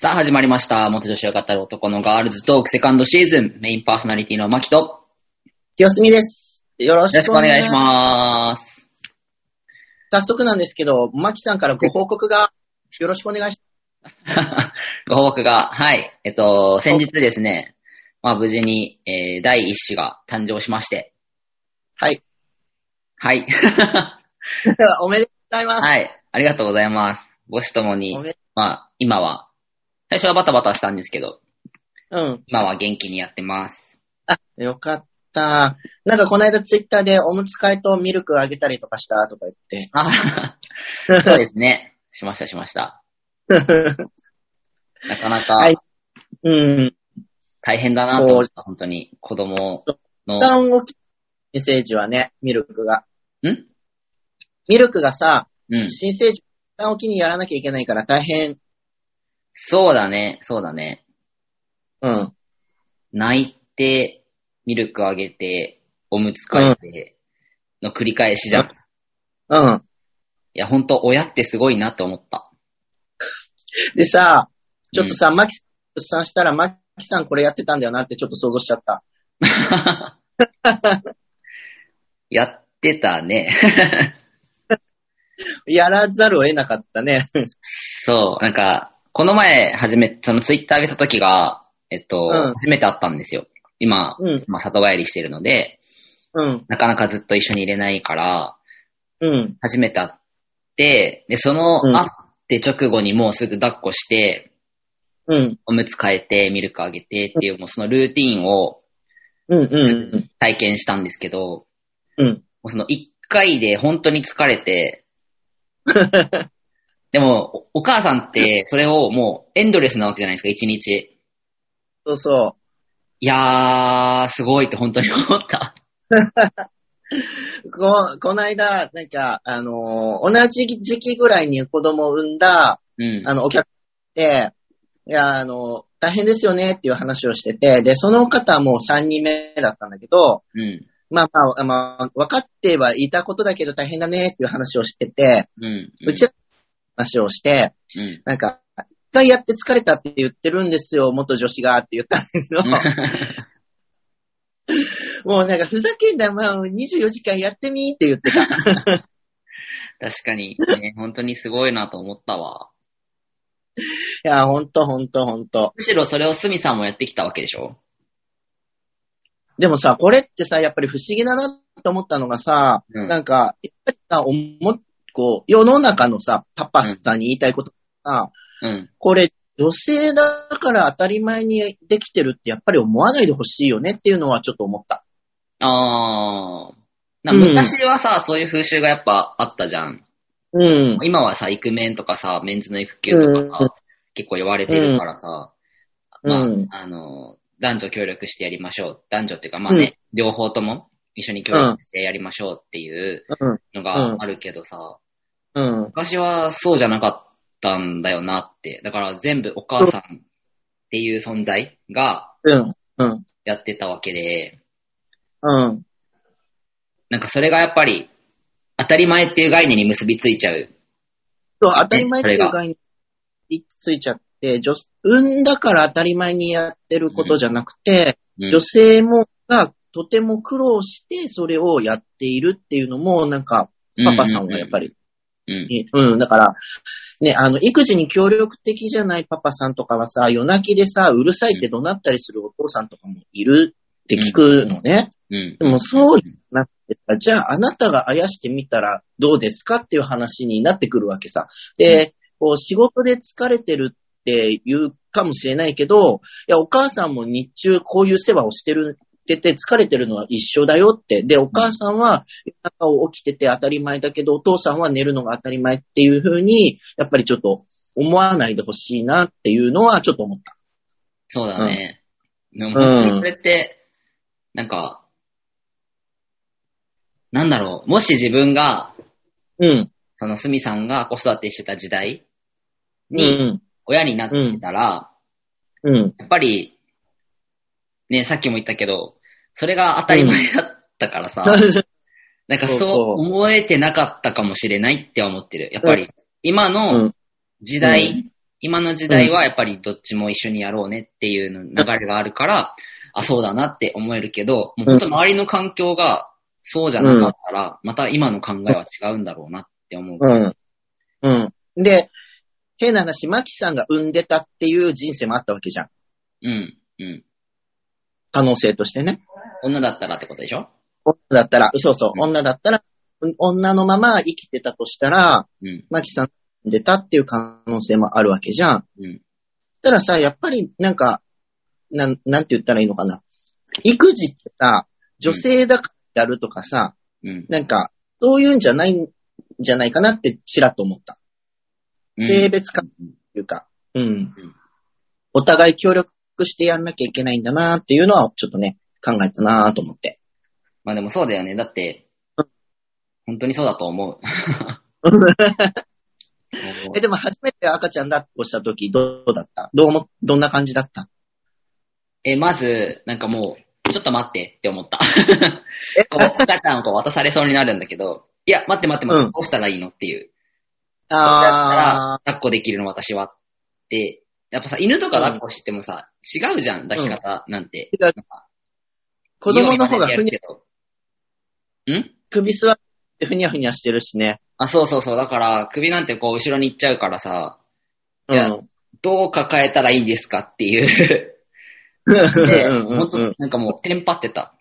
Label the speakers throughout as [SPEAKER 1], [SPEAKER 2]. [SPEAKER 1] さあ、始まりました。元女子が語る男のガールズトークセカンドシーズン、メインパーソナリティのマキと、よ
[SPEAKER 2] 清澄です。よろ
[SPEAKER 1] ろし
[SPEAKER 2] し
[SPEAKER 1] くお
[SPEAKER 2] くお
[SPEAKER 1] 願
[SPEAKER 2] 願
[SPEAKER 1] い
[SPEAKER 2] い
[SPEAKER 1] し
[SPEAKER 2] し
[SPEAKER 1] ま
[SPEAKER 2] ます。
[SPEAKER 1] す。
[SPEAKER 2] 早速なんですけど、マキさんからご報告が、よろしくお願いし
[SPEAKER 1] ご報告が、はい。えっと、先日ですね、まあ無事に、えー第一子が誕生しまして、
[SPEAKER 2] ます。はい。
[SPEAKER 1] はい。
[SPEAKER 2] おめでとうございます。
[SPEAKER 1] はい。ありがとうございます。母子ともに
[SPEAKER 2] お、め
[SPEAKER 1] まあ今は、最初はバタバタしたんですけど、
[SPEAKER 2] うん。
[SPEAKER 1] 今は元気にやって ます。
[SPEAKER 2] あ、よかった。なんかこの間ツイッターでおむつ替えとミルクあげたりとかしたとか言って。
[SPEAKER 1] あそうですね。しました、しま した。なかなか、
[SPEAKER 2] はいうん。
[SPEAKER 1] 大変だなと思った、本当に。子供の
[SPEAKER 2] 負、担を切る新生児はね、ミルクが。
[SPEAKER 1] ん
[SPEAKER 2] ミルクがさ、
[SPEAKER 1] うん。
[SPEAKER 2] 新生児負担を機にやらなきゃいけないから大変。
[SPEAKER 1] そうだね、そうだね。
[SPEAKER 2] うん。
[SPEAKER 1] 泣いて、ミルクあげて、おむつ替えて、の繰り返しじゃん。
[SPEAKER 2] うん
[SPEAKER 1] い
[SPEAKER 2] うん。
[SPEAKER 1] や、ほんと、親ってすごいなと思 った。
[SPEAKER 2] でさ、ちょっとさ、マキさん出産したらマキさんこれやってたんだよなってちょっと想像しちゃった。
[SPEAKER 1] やってたね。
[SPEAKER 2] やらざるを得なかったね。
[SPEAKER 1] そう、なんか、この前、初め、そのツイッター上げた時が、えっと、
[SPEAKER 2] うん
[SPEAKER 1] 初めて会ったんですよ。今、
[SPEAKER 2] うん、
[SPEAKER 1] まあ、里帰りしてるので、
[SPEAKER 2] うん、
[SPEAKER 1] なかなかずっと一緒にいれないから、
[SPEAKER 2] うん。
[SPEAKER 1] 初めて会って、で、その、
[SPEAKER 2] うん
[SPEAKER 1] 会って直後にもうすぐ抱っこして、
[SPEAKER 2] うん、
[SPEAKER 1] おむつ替えて、ミルクあげてっていう、もうそのルーティンを
[SPEAKER 2] うん、うん、
[SPEAKER 1] 体験したんですけど、も
[SPEAKER 2] うん。
[SPEAKER 1] うその一回で本当に疲れ て、でも、おお母さんってそれをもうエンドレスなわけじゃないですか、一日。
[SPEAKER 2] そうそ
[SPEAKER 1] いやー、すごいって本当に思った。
[SPEAKER 2] う。こ、この間、なんか、あのー同じ時期ぐらいに子供を産んだ、
[SPEAKER 1] うん。
[SPEAKER 2] あの、お客さんで、いや、あの、大変ですよねっていう話をしてて、で、その方はもう3人目だったんだけど、
[SPEAKER 1] うん。
[SPEAKER 2] まあまあ、まあ、分かってはいたことだけど大変だねっていう話をしてて、
[SPEAKER 1] うん。
[SPEAKER 2] うちの話をして、
[SPEAKER 1] うん。
[SPEAKER 2] なんか、一回やって疲れたって言ってるんですよ、元女子がって言ったんですけど、もうなんか、ふざけんな、まあ、24時間やってみーって言ってた。
[SPEAKER 1] 確かに、ね、本当にすごいなと思ったわ。
[SPEAKER 2] いや、ほんとほんとほんと。
[SPEAKER 1] むしろそれをスミさんもやってきたわけでしょ
[SPEAKER 2] でもさ、これってさ、やっぱり不思議だなと思ったのがさ、
[SPEAKER 1] うん
[SPEAKER 2] なんか、やっぱりさ、おも、こう、世の中のさ、パパさんに言いたいことさ、
[SPEAKER 1] うん。
[SPEAKER 2] これ、女性だから当たり前にできてるってやっぱり思わないでほしいよねっていうのはちょっと思った。
[SPEAKER 1] あー。な
[SPEAKER 2] うん
[SPEAKER 1] 昔はさ、そういう風習がやっぱあったじゃん。
[SPEAKER 2] うん。
[SPEAKER 1] 今はさ、イクメンとかさ、メンズの育休とかさ、
[SPEAKER 2] うん
[SPEAKER 1] 結構言われてるからさ、
[SPEAKER 2] うん
[SPEAKER 1] まあ、あの、男女協力してやりましょう。男女っていうか、まあね、両方とも一緒に協力してやりましょうっていう
[SPEAKER 2] うん。
[SPEAKER 1] のが
[SPEAKER 2] うん
[SPEAKER 1] あるけどさ、
[SPEAKER 2] うん。
[SPEAKER 1] 昔はそうじゃなかったんだよなって。だから全部お母さんっていう存在が
[SPEAKER 2] うん。うん。
[SPEAKER 1] やってたわけで、
[SPEAKER 2] うん。
[SPEAKER 1] なんかそれがやっぱり当たり前っていう概念に結びついちゃう。
[SPEAKER 2] そう、当たり前っていう概念についちゃって、女、産んだから当たり前にやってることじゃなくて、
[SPEAKER 1] うん
[SPEAKER 2] 女性も、が、とても苦労して、それをやっているっていうのも、なんか、パパさんはやっぱ。り、
[SPEAKER 1] うんうんうん
[SPEAKER 2] うん、だから、ね、あの、育児に協力的じゃないパパさんとかはさ、夜泣きでさ、うるさいって怒鳴ったりするお父さんとかもいるって聞くのね。
[SPEAKER 1] うん。
[SPEAKER 2] でも、そうじゃなくてさ、じゃあ、あなたがあやしてみたらどうですかっていう話になってくるわけさ。で、こう、仕事で疲れてるって言うかもしれないけど、いや、お母さんも日中こういう世話をしてる、てて疲れてるのは一緒だよって。で、お母さんは夜中を起きてて当たり前だけど、お父さんは寝るのが当たり前っていう風に、やっぱりちょっと思わないでほしいなっていうのはちょっと思った。
[SPEAKER 1] そうだね。でも本当にそれって、なんか、なんだろう、もし自分が、
[SPEAKER 2] うん。
[SPEAKER 1] そのすみさんが子育てしてた時代
[SPEAKER 2] う
[SPEAKER 1] に
[SPEAKER 2] ん。
[SPEAKER 1] 親になってたら、
[SPEAKER 2] うん。
[SPEAKER 1] やっぱり、ね、さっきも言ったけど、それが当たり前だったからさ、なんか
[SPEAKER 2] そう
[SPEAKER 1] そう
[SPEAKER 2] そう
[SPEAKER 1] 思えてなかったかもしれないって思ってる。やっぱり、今の時代今の時代はやっぱりどっちも一緒にやろうねっていうの流れがあるから、あ、そうだなって思えるけど、もう本当周りの環境がそうじゃなかったら、また今の考えは違うんだろうなって思う。
[SPEAKER 2] うん。うん。で、変な話、マキさんが産んでたっていう人生もあったわけじゃん。
[SPEAKER 1] うん。うん。
[SPEAKER 2] 可能性としてね。
[SPEAKER 1] 女だったらってことでしょ
[SPEAKER 2] 女だったら、そうそう、
[SPEAKER 1] うん
[SPEAKER 2] 女だったら、うん女のまま生きてたとしたら、
[SPEAKER 1] うん。
[SPEAKER 2] マキさんが産んでたっていう可能性もあるわけじゃん。
[SPEAKER 1] うん。
[SPEAKER 2] たださ、やっぱりなんか、なん、なんて言ったらいいのかな。育児ってさ、女性だからやるとかさ、
[SPEAKER 1] うん。
[SPEAKER 2] なんか、そういうんじゃないんじゃないかなってちらっと思った。
[SPEAKER 1] うん
[SPEAKER 2] 性別化っていうか、うん
[SPEAKER 1] うん。
[SPEAKER 2] お互い協力してやんなきゃいけないんだなっていうのは、ちょっとね、考えたなと思って。
[SPEAKER 1] まあでもそうだよね。だって、本当にそうだと思う。
[SPEAKER 2] え、でも初めて赤ちゃん抱っこした時、どうだったどうも、どんな感じだった
[SPEAKER 1] え、まず、なんかもう、ちょっと待ってって思った。 こう赤ちゃんをこう渡されそうになるんだけど、いや、待って待って待って、
[SPEAKER 2] うん
[SPEAKER 1] どうしたらいいのっていう。だった
[SPEAKER 2] あ
[SPEAKER 1] ら、抱っこできるの私はって。やっぱさ、犬とか抱っこしてもさ、違うじゃん、抱き方なんて。
[SPEAKER 2] 違う
[SPEAKER 1] なんか
[SPEAKER 2] 子供の方
[SPEAKER 1] 匂いま
[SPEAKER 2] が
[SPEAKER 1] でや
[SPEAKER 2] ふ
[SPEAKER 1] る
[SPEAKER 2] に
[SPEAKER 1] けどん
[SPEAKER 2] 首座ってふにゃふにゃしてるしね。
[SPEAKER 1] あ、そうそうそう。だから、首なんてこう、後ろに行っちゃうからさ、
[SPEAKER 2] う
[SPEAKER 1] いや
[SPEAKER 2] ん。
[SPEAKER 1] どう抱えたらいいんですかっていう。 で、本当なんかもう、テンパってた。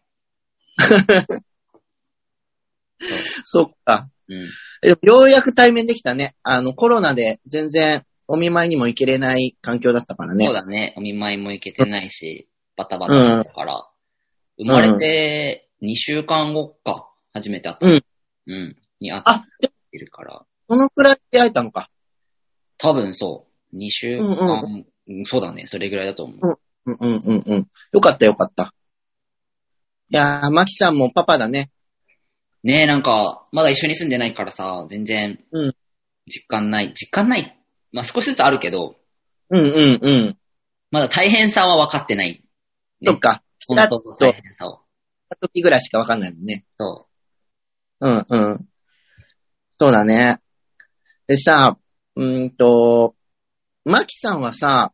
[SPEAKER 2] そっか。
[SPEAKER 1] うん。
[SPEAKER 2] でもようやく対面できたね。あの、コロナで全然お見舞いにも行けれない環境だったからね。
[SPEAKER 1] そうだね。お見舞いも行けてない し、バタバタだから。生まれて2週間後か、初めて会った。
[SPEAKER 2] うん。
[SPEAKER 1] うん。に会っ
[SPEAKER 2] あ、でも
[SPEAKER 1] てるから。
[SPEAKER 2] そのくらいで会えたのか。
[SPEAKER 1] 多分そう。2週間、
[SPEAKER 2] う
[SPEAKER 1] うんそうだね。それぐらいだと思う。
[SPEAKER 2] うんうんうんうん。よかったよかった。いやー、マキさんもパパだね。
[SPEAKER 1] ねえ、なんか、まだ一緒に住んでないからさ、全然
[SPEAKER 2] うん、
[SPEAKER 1] 実感ない。実感ない。まあ、少しずつあるけど、
[SPEAKER 2] うんうんうん。
[SPEAKER 1] まだ大変さは分かってない。
[SPEAKER 2] そっか。
[SPEAKER 1] 本当の大変さを。
[SPEAKER 2] 時ぐらいしかわかんないもんね。
[SPEAKER 1] そ
[SPEAKER 2] うんうん。そうだね。でさ、うーんと、マキさんはさ、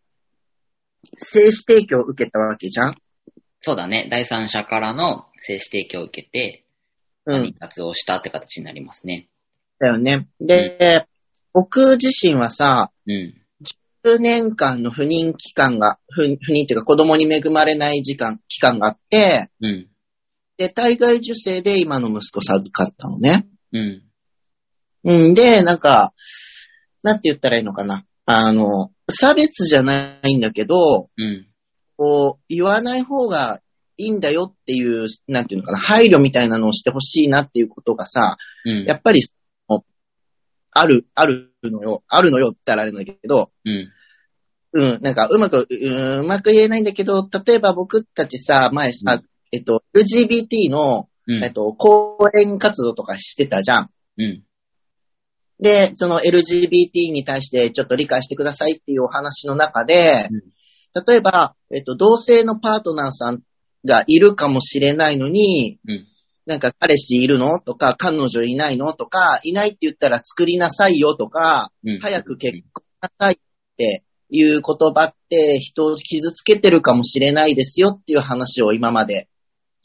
[SPEAKER 2] 精子提供を受けたわけじゃん
[SPEAKER 1] う。そうだね。第三者からの精子提供を受けて、
[SPEAKER 2] う
[SPEAKER 1] 妊活をしたって形になりますね。
[SPEAKER 2] だよね。で、僕自身はさ、
[SPEAKER 1] うん。
[SPEAKER 2] 数年間の不妊期間が、不不妊というか子供に恵まれない時間、期間があって、
[SPEAKER 1] うん。
[SPEAKER 2] で、体外受精で今の息子授かったのね。
[SPEAKER 1] うん。
[SPEAKER 2] うんで、なんか、なんて言ったらいいのかな。あの、差別じゃないんだけど、
[SPEAKER 1] うん。
[SPEAKER 2] こう、言わない方がいいんだよっていう、なんていうのかな、配慮みたいなのをしてほしいなっていうことがさ、
[SPEAKER 1] うん。
[SPEAKER 2] やっぱり、ある、あるのよ、あるのよって言ったらあれなんだけど、
[SPEAKER 1] うん。
[SPEAKER 2] うん、なんかうまく、うんうまく言えないんだけど、例えば僕たちさ、前さ、
[SPEAKER 1] うん
[SPEAKER 2] えっと、LGBT の、
[SPEAKER 1] うん。
[SPEAKER 2] えっと、講演活動とかしてたじゃん。
[SPEAKER 1] うん。
[SPEAKER 2] で、その LGBT に対してちょっと理解してくださいっていうお話の中で、
[SPEAKER 1] うん
[SPEAKER 2] 例えば、えっと、同性のパートナーさんがいるかもしれないのに、
[SPEAKER 1] うん
[SPEAKER 2] なんか彼氏いるのとか、彼女いないのとか、いないって言ったら作りなさいよとか、
[SPEAKER 1] うん。
[SPEAKER 2] 早く結婚しなさいっていう言葉って人を傷つけてるかもしれないですよっていう話を今まで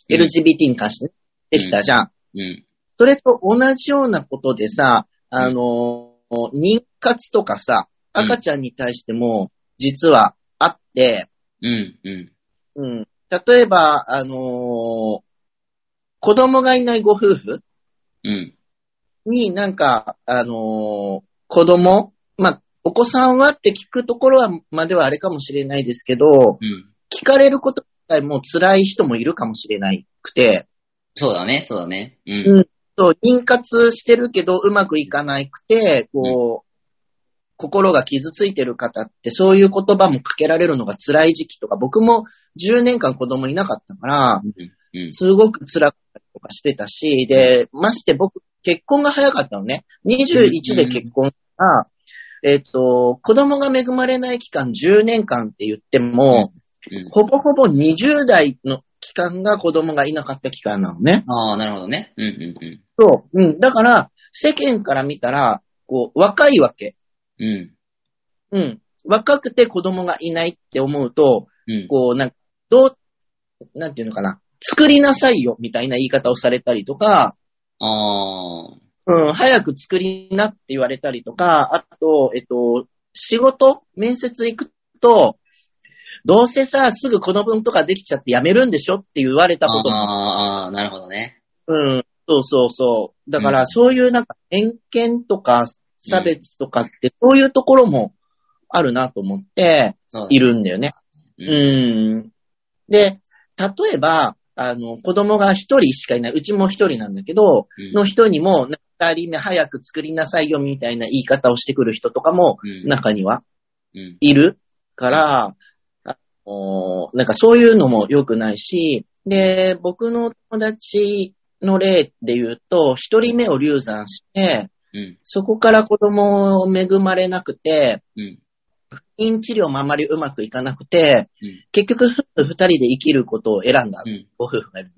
[SPEAKER 1] うん
[SPEAKER 2] LGBT に関してねできたじゃん。
[SPEAKER 1] うん。
[SPEAKER 2] それと同じようなことでさ、あの、妊活とかさ、
[SPEAKER 1] うん
[SPEAKER 2] 赤ちゃんに対しても実はあって、
[SPEAKER 1] うん。うん。
[SPEAKER 2] うん、例えば、あの子供がいないご夫婦
[SPEAKER 1] うん。
[SPEAKER 2] になんか、あの子供、まあ、お子さんはって聞くところはまではあれかもしれないですけど、
[SPEAKER 1] うん。
[SPEAKER 2] 聞かれること自体もう辛い人もいるかもしれないくて、
[SPEAKER 1] そうだね。そうだね。う
[SPEAKER 2] うん
[SPEAKER 1] ん。
[SPEAKER 2] そう、妊活してるけどうまくいかなくて、こう、心が傷ついてる方ってそういう言葉もかけられるのが辛い時期とか、僕も10年間子供いなかったから
[SPEAKER 1] う、ん。うん。
[SPEAKER 2] すごく辛かったりとかしてたし、で、まして僕、結婚が早かったのね。21で結婚が、えっ、と、子供が恵まれない期間10年間って言っても、
[SPEAKER 1] うん
[SPEAKER 2] ほぼほぼ20代の期間が子供がいなかった期間なのね。
[SPEAKER 1] ああ、なるほどね。うん。うん。
[SPEAKER 2] そう。うん。だから、世間から見たら、こう、若いわけ。
[SPEAKER 1] うん。
[SPEAKER 2] うん。若くて子供がいないって思うと、
[SPEAKER 1] うん。
[SPEAKER 2] こう、なんか、どう、なんていうのかな、作りなさいよ、みたいな言い方をされたりとか、
[SPEAKER 1] ああ。
[SPEAKER 2] うん、早く作りなって言われたりとか、あと、えっと、仕事、面接行くと、どうせさ、すぐこの分とかできちゃってやめるんでしょって言われたことも
[SPEAKER 1] あーあー、なるほどね。
[SPEAKER 2] うん、そうそうそう。だか
[SPEAKER 1] う
[SPEAKER 2] ら、
[SPEAKER 1] ん
[SPEAKER 2] そういうなんか、偏見とか、差別とかって、そういうところもあるなと思って、
[SPEAKER 1] そうだね
[SPEAKER 2] いるんだよね。
[SPEAKER 1] う
[SPEAKER 2] うんん。で、例えば、あの、子供が一人しかいない、うちも一人なんだけど、
[SPEAKER 1] うん
[SPEAKER 2] の人にも、なんか二人目早く作りなさいよみたいな言い方をしてくる人とかも、
[SPEAKER 1] うん
[SPEAKER 2] 中には
[SPEAKER 1] うん。
[SPEAKER 2] いるから、あのなんかそういうのも良くないし、で、僕の友達の例で言うと、一人目を流産して、
[SPEAKER 1] うん。
[SPEAKER 2] そこから子供を恵まれなくて、
[SPEAKER 1] うん。
[SPEAKER 2] 不妊治療もあまりうまくいかなくて、
[SPEAKER 1] うん
[SPEAKER 2] 結局夫婦二人で生きることを選んだ、
[SPEAKER 1] うん。
[SPEAKER 2] ご夫婦がいる。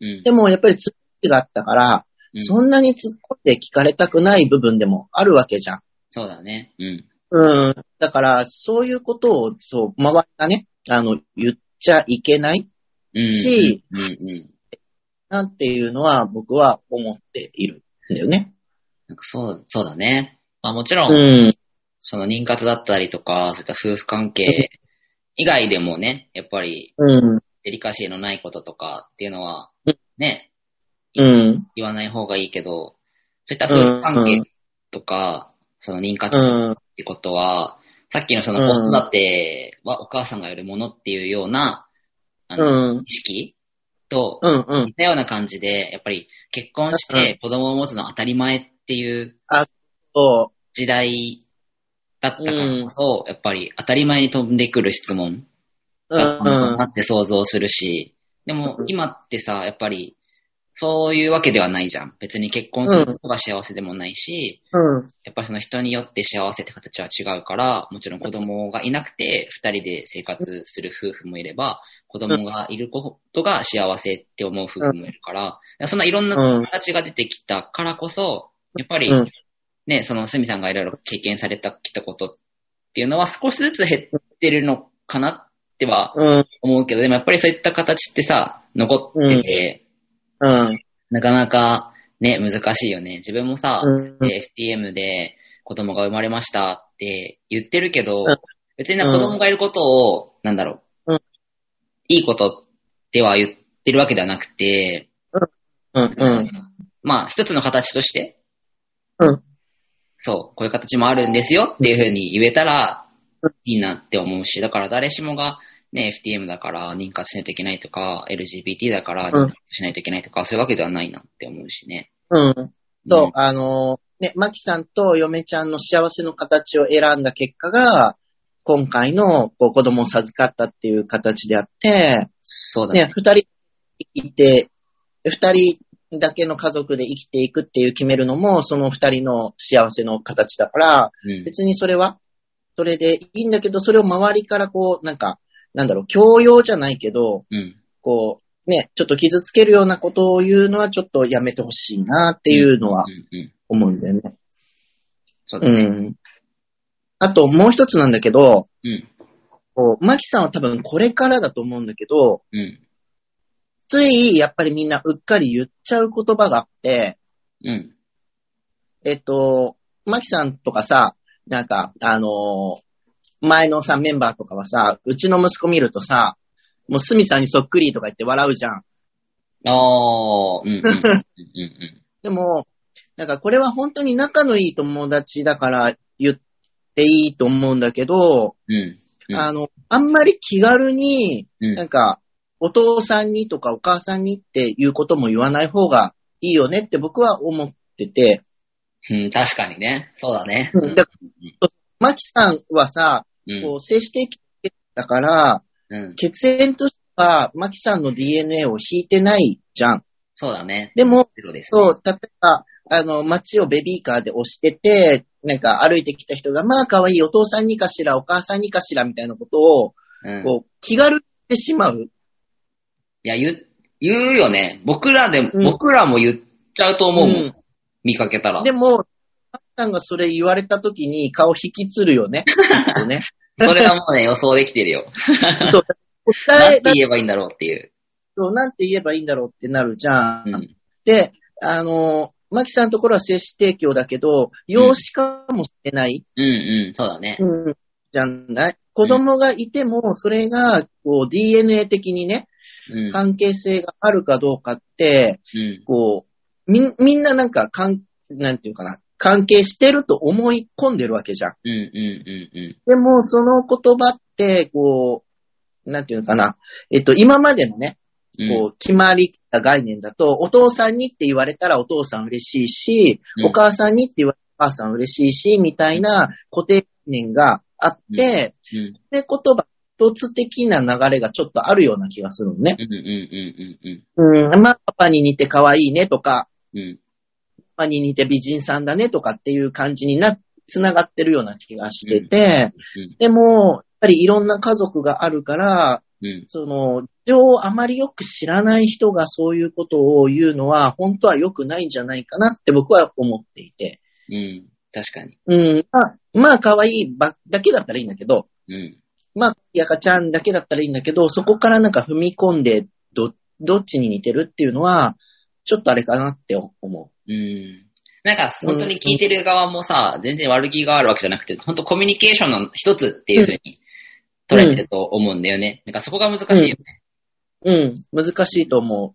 [SPEAKER 1] うん。
[SPEAKER 2] でもやっぱり突っ込みがあったから、
[SPEAKER 1] うん
[SPEAKER 2] そんなに突っ込んで聞かれたくない部分でもあるわけじゃん。
[SPEAKER 1] そうだね。うん。
[SPEAKER 2] うん。だから、そういうことを、そう、周りがね、あの、言っちゃいけない
[SPEAKER 1] うん。
[SPEAKER 2] し
[SPEAKER 1] うん。うん。
[SPEAKER 2] なんていうのは、僕は思っているんだよね。
[SPEAKER 1] なんかそう、そうだね。まあもちろん、
[SPEAKER 2] うん。
[SPEAKER 1] その妊活だったりとか、そういった夫婦関係以外でもね、やっぱり
[SPEAKER 2] うん。
[SPEAKER 1] デリカシーのないこととかっていうのは
[SPEAKER 2] うん、
[SPEAKER 1] ね、
[SPEAKER 2] うん。
[SPEAKER 1] 言わない方がいいけど、そういった夫婦関係とか、その妊活っ
[SPEAKER 2] うん。
[SPEAKER 1] てことは、さっきのその
[SPEAKER 2] う
[SPEAKER 1] 子
[SPEAKER 2] ん
[SPEAKER 1] 育てはお母さんがやるものっていうような、あ
[SPEAKER 2] う
[SPEAKER 1] の、
[SPEAKER 2] ん。
[SPEAKER 1] 意識と
[SPEAKER 2] うん。うん
[SPEAKER 1] 似。たような感じで、やっぱり結婚し
[SPEAKER 2] う
[SPEAKER 1] て子供を持つのは当たり前っていう
[SPEAKER 2] そ
[SPEAKER 1] 時代だったからこそ、やっぱり当たり前に飛んでくる質問
[SPEAKER 2] う。う。
[SPEAKER 1] だったのかなんって想像するし、でも
[SPEAKER 2] うん
[SPEAKER 1] 今ってさ、やっぱりそういうわけではないじゃん。別に結婚することが幸せでもないし、
[SPEAKER 2] うん。
[SPEAKER 1] やっぱりその人によって幸せって形は違うから、もちろん子供がいなくて二人で生活する夫婦もいれば、子供がいることが幸せって思う夫婦もいるから、そんないろんな
[SPEAKER 2] うん。
[SPEAKER 1] 形が出てきたからこそ、やっぱり、
[SPEAKER 2] うん
[SPEAKER 1] ね、そのすみさんがいろいろ経験されてきたことっていうのは少しずつ減ってるのかなっては
[SPEAKER 2] うん。
[SPEAKER 1] 思うけど、でもやっぱりそういった形ってさ、残ってて、
[SPEAKER 2] うん。
[SPEAKER 1] なかなかね、難しいよね。自分もさ、
[SPEAKER 2] うん
[SPEAKER 1] で FTM で子供が生まれましたって言ってるけど
[SPEAKER 2] うん、
[SPEAKER 1] 別にな子供がいることを、なんだろう
[SPEAKER 2] う、
[SPEAKER 1] んいいことでは言ってるわけではなくて、
[SPEAKER 2] うん。うん。
[SPEAKER 1] まあ、一つの形として、
[SPEAKER 2] うん
[SPEAKER 1] そう、こういう形もあるんですよっていうふうに言えたらいいなって思うし、だから誰しもが、ね、FTM だから認可しないといけないとか、LGBT だから
[SPEAKER 2] うん
[SPEAKER 1] 認可しないといけないとか、そういうわけではないなって思うしね。。
[SPEAKER 2] うん。そううんあの、ね、マキさんと嫁ちゃんの幸せの形を選んだ結果が、今回のこう子供を授かったっていう形であって、
[SPEAKER 1] そうだね。
[SPEAKER 2] ね、二人生きて、二人だけの家族で生きていくっていう決めるのも、その二人の幸せの形だから、
[SPEAKER 1] うん
[SPEAKER 2] 別にそれは、それでいいんだけど、それを周りからこう、なんか、なんだろう、教養じゃないけど、
[SPEAKER 1] うん。
[SPEAKER 2] こう、ね、ちょっと傷つけるようなことを言うのはちょっとやめてほしいなっていうのは
[SPEAKER 1] うんうん。
[SPEAKER 2] 思うんだよね。
[SPEAKER 1] そうだ
[SPEAKER 2] う
[SPEAKER 1] ね。
[SPEAKER 2] ん。あともう一つなんだけど、
[SPEAKER 1] うん。
[SPEAKER 2] こうマキさんは多分これからだと思うんだけど、
[SPEAKER 1] うん。
[SPEAKER 2] ついやっぱりみんなうっかり言っちゃう言葉があって、
[SPEAKER 1] うん。
[SPEAKER 2] えっと、マキさんとかさ、なんか、あのー前のさ、メンバーとかはさ、うちの息子見るとさ、もうスミさんにそっくりとか言って笑うじゃん。
[SPEAKER 1] あー、うんうん。うんうん
[SPEAKER 2] でも、なんかこれは本当に仲のいい友達だから言っていいと思うんだけど、
[SPEAKER 1] うん。うん
[SPEAKER 2] あの、あんまり気軽に、
[SPEAKER 1] うん。
[SPEAKER 2] なんか、お父さんにとかお母さんにっていうことも言わない方がいいよねって僕は思ってて、
[SPEAKER 1] うん。確かにね。そうだね。うん
[SPEAKER 2] だマキさんはさ、こう、精子的だから、
[SPEAKER 1] うん。
[SPEAKER 2] 血縁としては、マキさんの DNA を引いてないじゃん。
[SPEAKER 1] そうだね。
[SPEAKER 2] でも、
[SPEAKER 1] ゼロですね。
[SPEAKER 2] そう、例えば、あの、街をベビーカーで押してて、なんか歩いてきた人が、まあ可愛いお父さんにかしら、お母さんにかしら、みたいなことを、
[SPEAKER 1] うん。
[SPEAKER 2] こう、気軽に言ってしまう。
[SPEAKER 1] いや、言う、言うよね。僕らでも、
[SPEAKER 2] うん
[SPEAKER 1] 僕らも言っちゃうと思うもん。
[SPEAKER 2] うん
[SPEAKER 1] 見かけたら。
[SPEAKER 2] でも、マキさんがそれ言われた時に顔引きつるよね。きっとね
[SPEAKER 1] それはもうね、予想できてる よ。
[SPEAKER 2] 答
[SPEAKER 1] な
[SPEAKER 2] え
[SPEAKER 1] んて
[SPEAKER 2] だ
[SPEAKER 1] 言えばいいんだろうっていう。
[SPEAKER 2] と、なんて言えばいいんだろうってなるじゃ。
[SPEAKER 1] うんん。
[SPEAKER 2] で、あの、マキさんのところは精子提供だけど、養子かもしれない、
[SPEAKER 1] うんうん、そうだね。
[SPEAKER 2] うん、じゃない子供がいても、それが、こう、DNA 的にね、
[SPEAKER 1] うん。
[SPEAKER 2] 関係性があるかどうかって、
[SPEAKER 1] うん。
[SPEAKER 2] こう、みん、みんななんか、かん、なんていうかな、関係してると思い込んでるわけじゃん。
[SPEAKER 1] うんうんうん
[SPEAKER 2] でも、その言葉って、こう、なんていうのかな。えっと、今までのね、
[SPEAKER 1] うん。
[SPEAKER 2] こう、決まりきった概念だと、お父さんにって言われたらお父さん嬉しいし、
[SPEAKER 1] うん
[SPEAKER 2] お母さんにって言われたらお母さん嬉しいし、みたいな固定念があって、
[SPEAKER 1] うん。うん
[SPEAKER 2] で、言葉一つ的な流れがちょっとあるような気がするのね。
[SPEAKER 1] うんうんうんうん
[SPEAKER 2] うん、まあ、パパに似て可愛いねとか、
[SPEAKER 1] うん。うん。
[SPEAKER 2] パパに似て美人さんだねとかっていう感じにな、つながってるような気がしてて、
[SPEAKER 1] うん
[SPEAKER 2] でも、やっぱりいろんな家族があるから、
[SPEAKER 1] うん。
[SPEAKER 2] その、事情をあまりよく知らない人がそういうことを言うのは、本当は良くないんじゃないかなって僕は思っていて。
[SPEAKER 1] うん。確かに。
[SPEAKER 2] うん。まあ、まあ、可愛いば、だけだったらいいんだけど、
[SPEAKER 1] うん。
[SPEAKER 2] まあ、赤ちゃんだけだったらいいんだけど、そこからなんか踏み込んで、ど、どっちに似てるっていうのは、ちょっとあれかなって思
[SPEAKER 1] うん。なんか、本当に聞いてる側もさ、全然悪気があるわけじゃなくて、本当コミュニケーションの一つっていうふうに捉えてると思うんだよね。なんかそこが難しいよね。
[SPEAKER 2] う。うん。難しいと思う。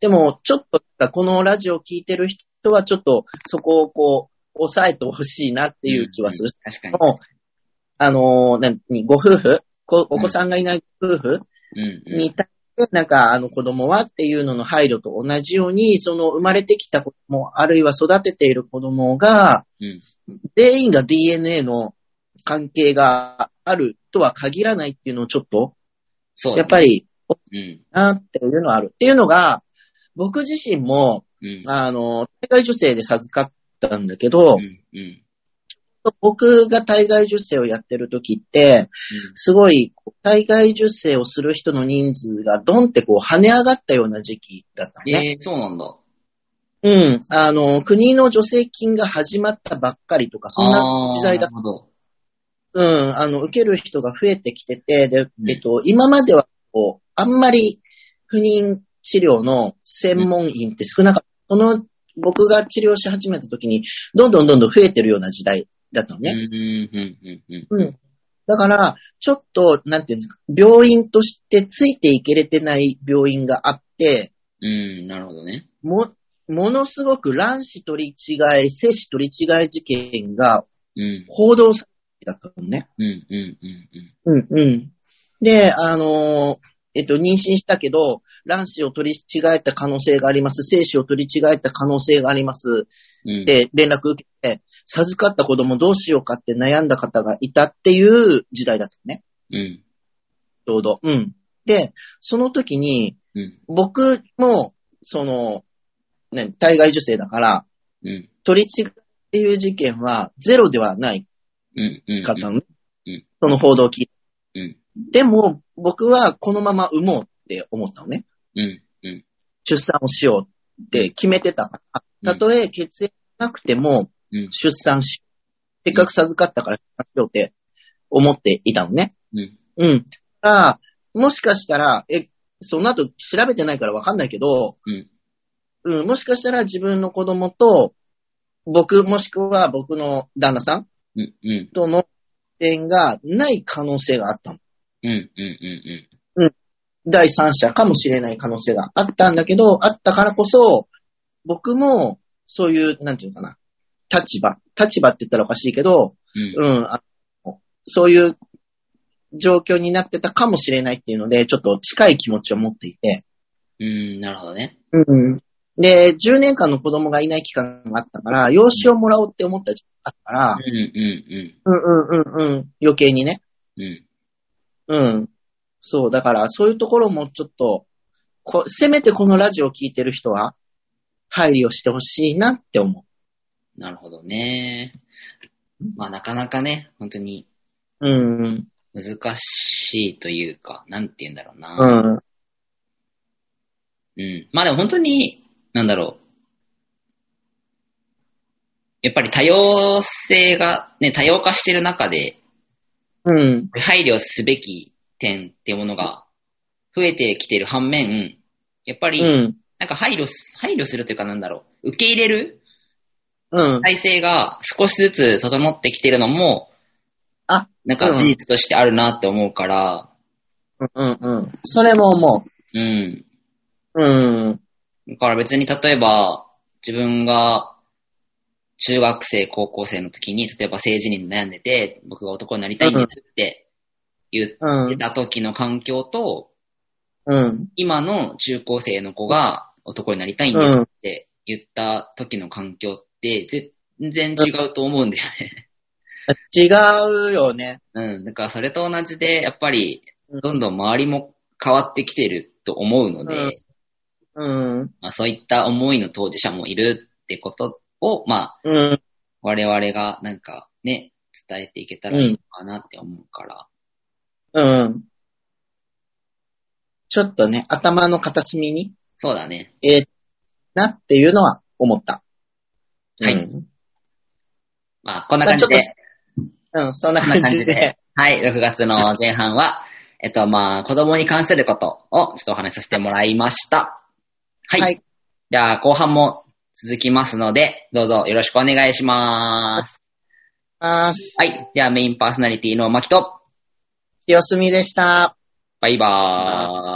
[SPEAKER 2] でも、ちょっと、このラジオ聞いてる人は、ちょっと、そこをこう、抑えてほしいなっていう気はするし
[SPEAKER 1] うん。確かに。
[SPEAKER 2] の、あのー、なに、ご夫婦こお子さんがいない夫婦
[SPEAKER 1] うんうん。
[SPEAKER 2] に対して、なんか、あの、子供はっていうのの配慮と同じように、その、生まれてきた子供、あるいは育てている子供が、
[SPEAKER 1] うん
[SPEAKER 2] 全員が DNA の関係があるとは限らないっていうのをちょっと、
[SPEAKER 1] そうだね。
[SPEAKER 2] やっぱり、
[SPEAKER 1] うん。
[SPEAKER 2] なっていうのはある。っていうのが、僕自身も、
[SPEAKER 1] うん。
[SPEAKER 2] あの、大会女性で授かったんだけど
[SPEAKER 1] う、ん。うん。
[SPEAKER 2] 僕が体外受精をやってる時って、すごい、こう体外受精をする人の人数がドンってこう跳ね上がったような時期だったの
[SPEAKER 1] うん
[SPEAKER 2] ね。
[SPEAKER 1] えー、そうなんだ。
[SPEAKER 2] うん。あの、国の助成金が始まったばっかりとか、そんな時代だ
[SPEAKER 1] あーなる。ほど。
[SPEAKER 2] うん。あの、受ける人が増えてきてて、で、
[SPEAKER 1] ん
[SPEAKER 2] えっと、今までは、こう、あんまり不妊治療の専門医って少なかった。その、僕が治療し始めた時に、どんどんどんどん増えてるような時代だったのね。
[SPEAKER 1] うんうんうんうん
[SPEAKER 2] うん。だから、ちょっと、なんていうんですか、病院としてついていけれてない病院があって、
[SPEAKER 1] うん。うん、なるほどね。
[SPEAKER 2] も、ものすごく卵子取り違え、精子取り違え事件が
[SPEAKER 1] うん。
[SPEAKER 2] 報道されてたのね。
[SPEAKER 1] うんうんうんうん。
[SPEAKER 2] うん、うん。で、あのーえっと、妊娠したけど、卵子を取り違えた可能性があります。精子を取り違えた可能性があります。
[SPEAKER 1] うん、
[SPEAKER 2] で、連絡受けて、授かった子供どうしようかって悩んだ方がいたっていう時代だったのね。
[SPEAKER 1] うん、
[SPEAKER 2] ちょうど。うん。で、その時に、
[SPEAKER 1] うん、
[SPEAKER 2] 僕も、その、ね、体外受精だから、
[SPEAKER 1] うん、
[SPEAKER 2] 取り違っていう事件はゼロではない
[SPEAKER 1] うん、うん。
[SPEAKER 2] かったのね。
[SPEAKER 1] うん
[SPEAKER 2] その報道を聞いて。
[SPEAKER 1] うん
[SPEAKER 2] でも、僕はこのまま産もうって思ったのね。
[SPEAKER 1] うん、
[SPEAKER 2] 出産をしようって決めてたから。たとえ血縁なくても
[SPEAKER 1] うん、
[SPEAKER 2] 出産し、せっかく授かったから出産しようって思っていたのね。
[SPEAKER 1] うん、
[SPEAKER 2] うん。あもしかしたら、え、その後調べてないからわかんないけど、
[SPEAKER 1] うん
[SPEAKER 2] うん。もしかしたら自分の子供と、僕もしくは僕の旦那さん
[SPEAKER 1] うん、うん、
[SPEAKER 2] との点がない可能性があったの。
[SPEAKER 1] うん、うん、うん、
[SPEAKER 2] 第三者かもしれない可能性があったんだけど、あったからこそ、僕も、そういう、なんていうのかな、立場。立場って言ったらおかしいけど、
[SPEAKER 1] うん、
[SPEAKER 2] うん、あのそういう状況になってたかもしれないっていうので、ちょっと近い気持ちを持っていて。
[SPEAKER 1] うん、なるほどね。
[SPEAKER 2] うん。で、10年間の子供がいない期間があったから、養子をもらおうって思った時期があったから
[SPEAKER 1] うん、、う
[SPEAKER 2] うんうんうんうん、余計にね。
[SPEAKER 1] ん、うん、
[SPEAKER 2] うん。そう、だからそういうところもちょっと、こせめてこのラジオを聞いてる人は、配慮してほしいなって思
[SPEAKER 1] なるほどね。まあなかなかね、本当に
[SPEAKER 2] う。うん。
[SPEAKER 1] 難しいというか、なんて言うんだろうな。
[SPEAKER 2] うん。
[SPEAKER 1] うん。まあでも本当に、なんだろう。やっぱり多様性がね、多様化してる中で、
[SPEAKER 2] うん。
[SPEAKER 1] 配慮すべき点っていうものが増えてきてる反面、やっぱ
[SPEAKER 2] う
[SPEAKER 1] り、
[SPEAKER 2] ん。
[SPEAKER 1] なんか配慮す、配慮するというかなんだろう、受け入れる
[SPEAKER 2] うん。
[SPEAKER 1] 体制が少しずつ整ってきてるのも、
[SPEAKER 2] あ、
[SPEAKER 1] なんか
[SPEAKER 2] うん
[SPEAKER 1] 事実としてあるなって思うから、
[SPEAKER 2] うん。うん。それも思
[SPEAKER 1] うん。
[SPEAKER 2] う。うん。
[SPEAKER 1] だから別に例えば、自分が中学生、高校生の時に、例えば政治に悩んでて、僕が男になりたいんですって言っ
[SPEAKER 2] う
[SPEAKER 1] て
[SPEAKER 2] ん。
[SPEAKER 1] た時の環境と、
[SPEAKER 2] うん。
[SPEAKER 1] 今の中高生の子が男になりたいんですって言った時の環境って全然違うと思うんだよね。
[SPEAKER 2] 違うよね。
[SPEAKER 1] うん。だからそれと同じで、やっぱりどんどん周りも変わってきてると思うので、
[SPEAKER 2] うんうん。
[SPEAKER 1] まあ、そういった思いの当事者もいるってことを、まあ、
[SPEAKER 2] うん。
[SPEAKER 1] 我々がなんかね、伝えていけたらいいのかなって思うから。
[SPEAKER 2] うん。ちょっとね、頭の片隅に、
[SPEAKER 1] そうだね。
[SPEAKER 2] えーなっていうのは思った。
[SPEAKER 1] はい
[SPEAKER 2] うん。
[SPEAKER 1] まあ、こんな感じ
[SPEAKER 2] ま
[SPEAKER 1] で
[SPEAKER 2] あちょ、うん、そんな
[SPEAKER 1] こんな
[SPEAKER 2] 感
[SPEAKER 1] 感
[SPEAKER 2] じ
[SPEAKER 1] じ
[SPEAKER 2] で
[SPEAKER 1] で。。はい、6月の前半は、 えっと、まあ、子供に関することをちょっとお話しさせてもらいました。はい。
[SPEAKER 2] はい
[SPEAKER 1] じゃあ、後半も続きますので、どうぞよろしくお願いします。
[SPEAKER 2] あーす。
[SPEAKER 1] はい。では、メインパーソナリティのマキと、
[SPEAKER 2] 清澄でした。
[SPEAKER 1] バイバーイ。